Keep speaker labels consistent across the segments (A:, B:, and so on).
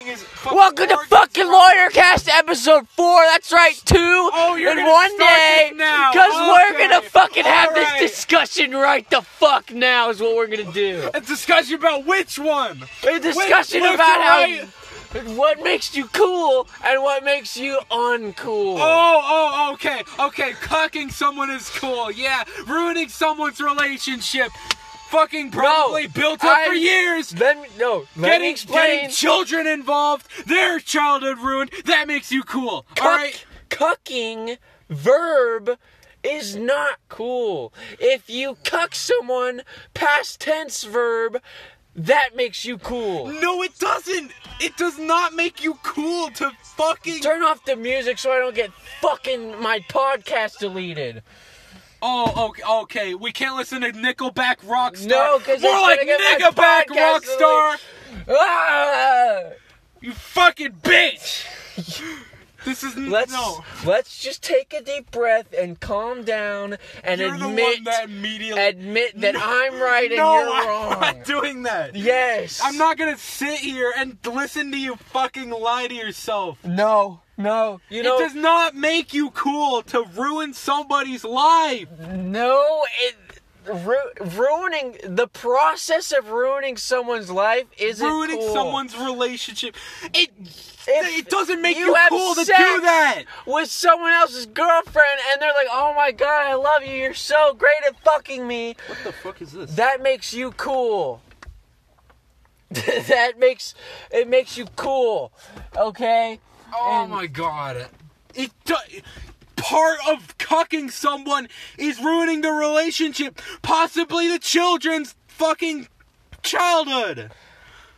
A: his fucking
B: Welcome to
A: organs
B: fucking
A: are-
B: Lawyer Cast episode four. That's right, two
A: Oh, you're
B: in
A: gonna
B: one
A: start
B: day.
A: this now.
B: we're
A: Okay.
B: gonna fucking have
A: Alright.
B: this discussion right the fuck now is what we're gonna do.
A: A discussion about which one?
B: A discussion
A: left
B: about
A: or
B: how
A: right?
B: what makes you cool and what makes you uncool.
A: Oh, oh, okay, okay. Cucking someone is cool. Yeah, ruining someone's relationship. Fucking probably built up
B: I-
A: for years.
B: Let me no. Let me
A: Getting,
B: explain.
A: getting children involved, their childhood ruined, that makes you cool.
B: Cuck,
A: Alright?
B: cucking verb is not cool. If you cuck someone, past tense verb, that makes you cool.
A: No, it doesn't! It does not make you cool to fucking.
B: Turn off the music so I don't get fucking my podcast deleted.
A: Oh, okay, okay. We can't listen to Nickelback Rockstar.
B: No, 'cause
A: More
B: it's
A: like
B: gonna get my
A: Nickelback
B: podcast
A: Rockstar!
B: Ah!
A: You fucking bitch! this is. n-
B: Let's
A: No.
B: let's just take a deep breath and calm down and
A: You're the
B: admit
A: one that immediately.
B: admit that I'm right and
A: no,
B: you're
A: I'm
B: wrong.
A: not doing that.
B: yes.
A: I'm not gonna sit here and listen to you fucking lie to yourself.
B: No. No. You know
A: it does not make you cool to ruin somebody's life.
B: No, it ru- ruining the process of ruining someone's life isn't
A: Ruining
B: cool.
A: someone's relationship. It
B: If
A: it doesn't make
B: you
A: you,
B: have
A: cool to do
B: sex-
A: that.
B: with someone else's girlfriend, and they're like, "Oh my god, I love you. You're so great at fucking me."
A: What the fuck is this?
B: That makes you cool. that makes it makes you cool. Okay.
A: oh
B: and-
A: my god. It do- part of cucking someone is ruining the relationship, possibly the children's fucking childhood.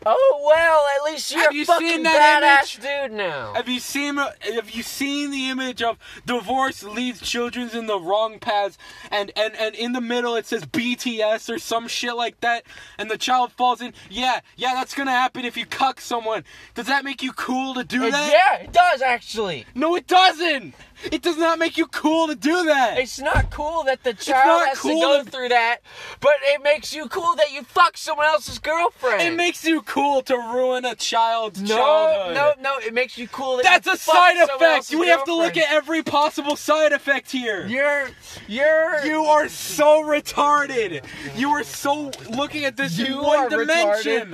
B: Oh well, at least you're
A: Have
B: a
A: you
B: fucking
A: seen that
B: badass dude now.
A: Have you seen have you seen the image of divorce leads children in the wrong paths and, and and in the middle it says BTS or some shit like that and the child falls in yeah yeah that's gonna happen if you cuck someone does that make you cool to do
B: It-
A: that
B: yeah, it does actually.
A: no it doesn't it does not make you cool to do that
B: It's not cool that the child
A: not
B: has
A: cool
B: to go
A: that-
B: through that, but it makes you cool that you fuck someone else's girlfriend.
A: it makes you cool to ruin a child's
B: no,
A: childhood
B: no, no. It makes you cool. That
A: that's
B: you
A: a
B: fuck
A: side
B: someone
A: effect
B: else's
A: we have to look
B: girlfriend.
A: at every possible side effect here
B: You're, you're,
A: You are so retarded. You are so looking at this in
B: You
A: one
B: are
A: dimension.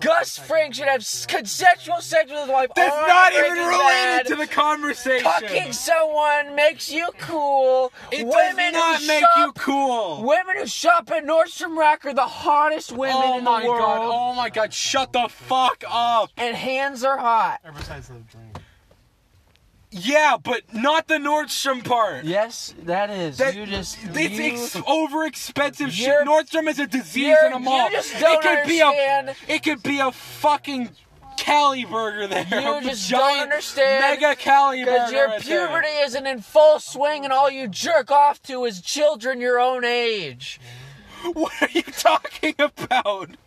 B: Gus Fring should have s- consensual sex with his wife.
A: That's
B: on
A: not even
B: Breaking
A: related
B: Bad.
A: to the conversation.
B: Fucking someone makes you cool.
A: it
B: women
A: does not
B: who
A: make
B: shop,
A: you cool.
B: Women who shop at Nordstrom Rack are the hottest women
A: oh
B: in the
A: my
B: world,
A: god. Oh my god. Shut the fuck up.
B: and hands are hot.
C: Besides the drink.
A: Yeah, but not the Nordstrom part.
B: Yes, that is.
A: That-
B: you just
A: it's
B: you,
A: ex- over expensive shit.
B: You're-
A: Nordstrom is a disease
B: you're-
A: in a mall.
B: you just don't
A: it could
B: understand.
A: be a it could be a fucking Cali burger there.
B: You
A: a
B: just don't
A: giant
B: understand
A: Mega Cali
B: because
A: burger.
B: your
A: right there.
B: puberty isn't in full swing, and all you jerk off to is children your own age.
A: What are you talking about?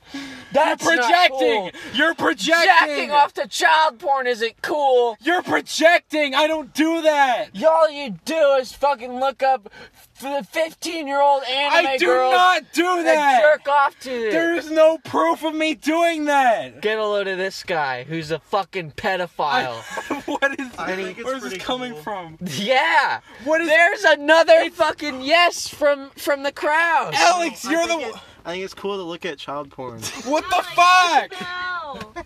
B: That's not
A: projecting.
B: cool.
A: You're projecting.
B: Jacking off to child porn isn't cool.
A: You're projecting. I don't do that.
B: All you do is fucking look up the 15 year old anime
A: I do
B: girls
A: not do
B: and
A: that.
B: jerk off to it.
A: There is no proof of me doing that.
B: Get a load of this guy who's a fucking pedophile.
A: what is?
C: I think it's
A: where is this
C: pretty
A: coming
C: cool.
A: from?
B: yeah.
A: What is?
B: There's another fucking yes from from the crowd.
A: Alex,
C: I
A: you're
C: think
A: the.
C: it- I think it's cool to look at child porn.
A: What the fuck?
D: No.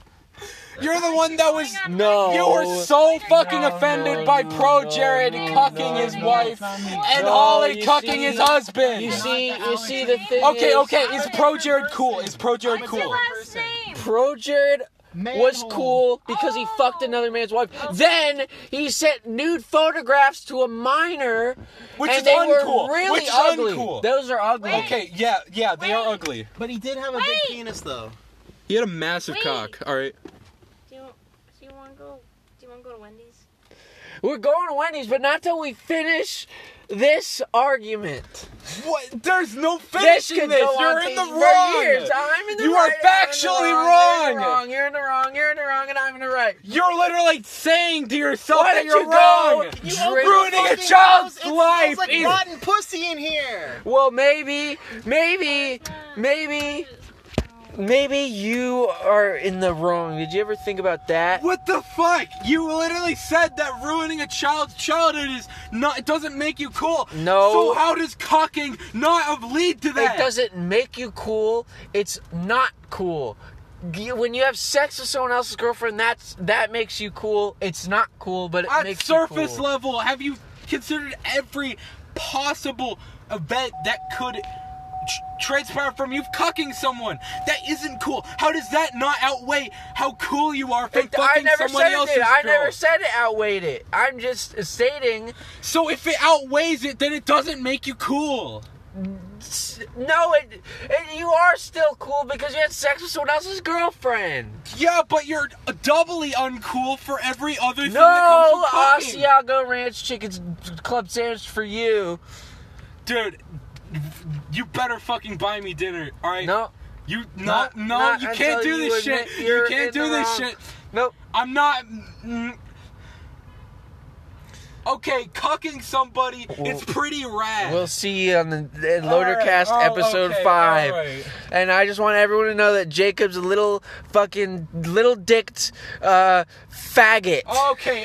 A: You're the one that was.
B: No.
A: You were so fucking
B: No,
A: offended
B: no,
A: by
B: no,
A: pro
B: no,
A: Jared
B: no,
A: cucking
B: no,
A: his
B: no.
A: wife and
B: No,
A: Holly
B: you
A: cucking
B: see-
A: his husband.
B: You see, you see the thing.
A: okay,
B: is,
A: okay. Is pro Jared cool? Is pro Jared
D: What's your
A: cool?
D: last name?
B: Pro Jared was cool because he
D: Oh.
B: fucked another man's wife. Then he sent nude photographs to a minor,
A: Which
B: and
A: is
B: they
A: uncool.
B: were really
A: Which is
B: ugly.
A: uncool.
B: Those are ugly.
D: Wait.
A: Okay, yeah, yeah, they are
D: Wait.
A: ugly.
C: But he did have a
D: Wait.
C: big penis though.
A: He had a massive
D: Wait.
A: cock. All right.
D: Do you, do you want to go? Do you want to go to Wendy's?
B: We're going to Wendy's, but not till we finish this argument.
A: What? There's no
B: This
A: finishing
B: could
A: this.
B: go on
A: You're in the
B: for
A: wrong.
B: Years. I'm in the
A: You are
B: right, I'm in the
A: factually
B: wrong, you're in
A: wrong.
B: the wrong. You're in the wrong. You're in the wrong, and I'm in the right.
A: You're literally saying to yourself
B: Why
A: that
B: don't
A: you're
B: you go
A: wrong.
B: You drink
A: ruining a
C: fucking
A: child's
C: house. It
A: life.
C: smells like
A: is-
C: rotten pussy in here.
B: Well, maybe, maybe, maybe.
D: No.
B: Maybe you are in the wrong. Did you ever think about that?
A: What the fuck? You literally said that ruining a child's childhood is not it doesn't make you cool.
B: No.
A: So how does cocking not of lead to that?
B: It doesn't make you cool. It's not cool. You- When you have sex with someone else's girlfriend, that's that makes you cool. It's not cool, but it
A: At
B: makes
A: surface
B: you cool.
A: level, have you considered every possible event that could tr- transpire from you cucking someone? That isn't cool. How does that not outweigh how cool you are from
B: It- I
A: fucking
B: never
A: someone
B: said it
A: else's
B: did. I
A: girl?
B: never said it outweighed it. I'm just stating.
A: So if it outweighs it, then it doesn't make you cool.
B: s- No, it, it, you are still cool because you had sex with someone else's girlfriend.
A: Yeah, but you're doubly uncool for every other thing that
B: No,
A: comes from cucking.
B: Asiago Ranch Chicken's Club Sandwich for you.
A: Dude, you better fucking buy me dinner, alright?
B: No,
A: You no
B: Not-
A: no
B: not
A: you can't
B: until
A: do
B: you
A: this
B: admit
A: shit.
B: you're
A: You can't
B: in
A: do
B: the
A: this
B: wrong.
A: shit.
B: nope.
A: I'm not. mm, okay, cucking somebody, it's pretty rad.
B: We'll see you on the the
A: All right,
B: Loadercast
A: oh,
B: episode
A: okay,
B: five.
A: all right.
B: And I just want everyone to know that Jacob's a little fucking little dicked uh, faggot.
A: Okay,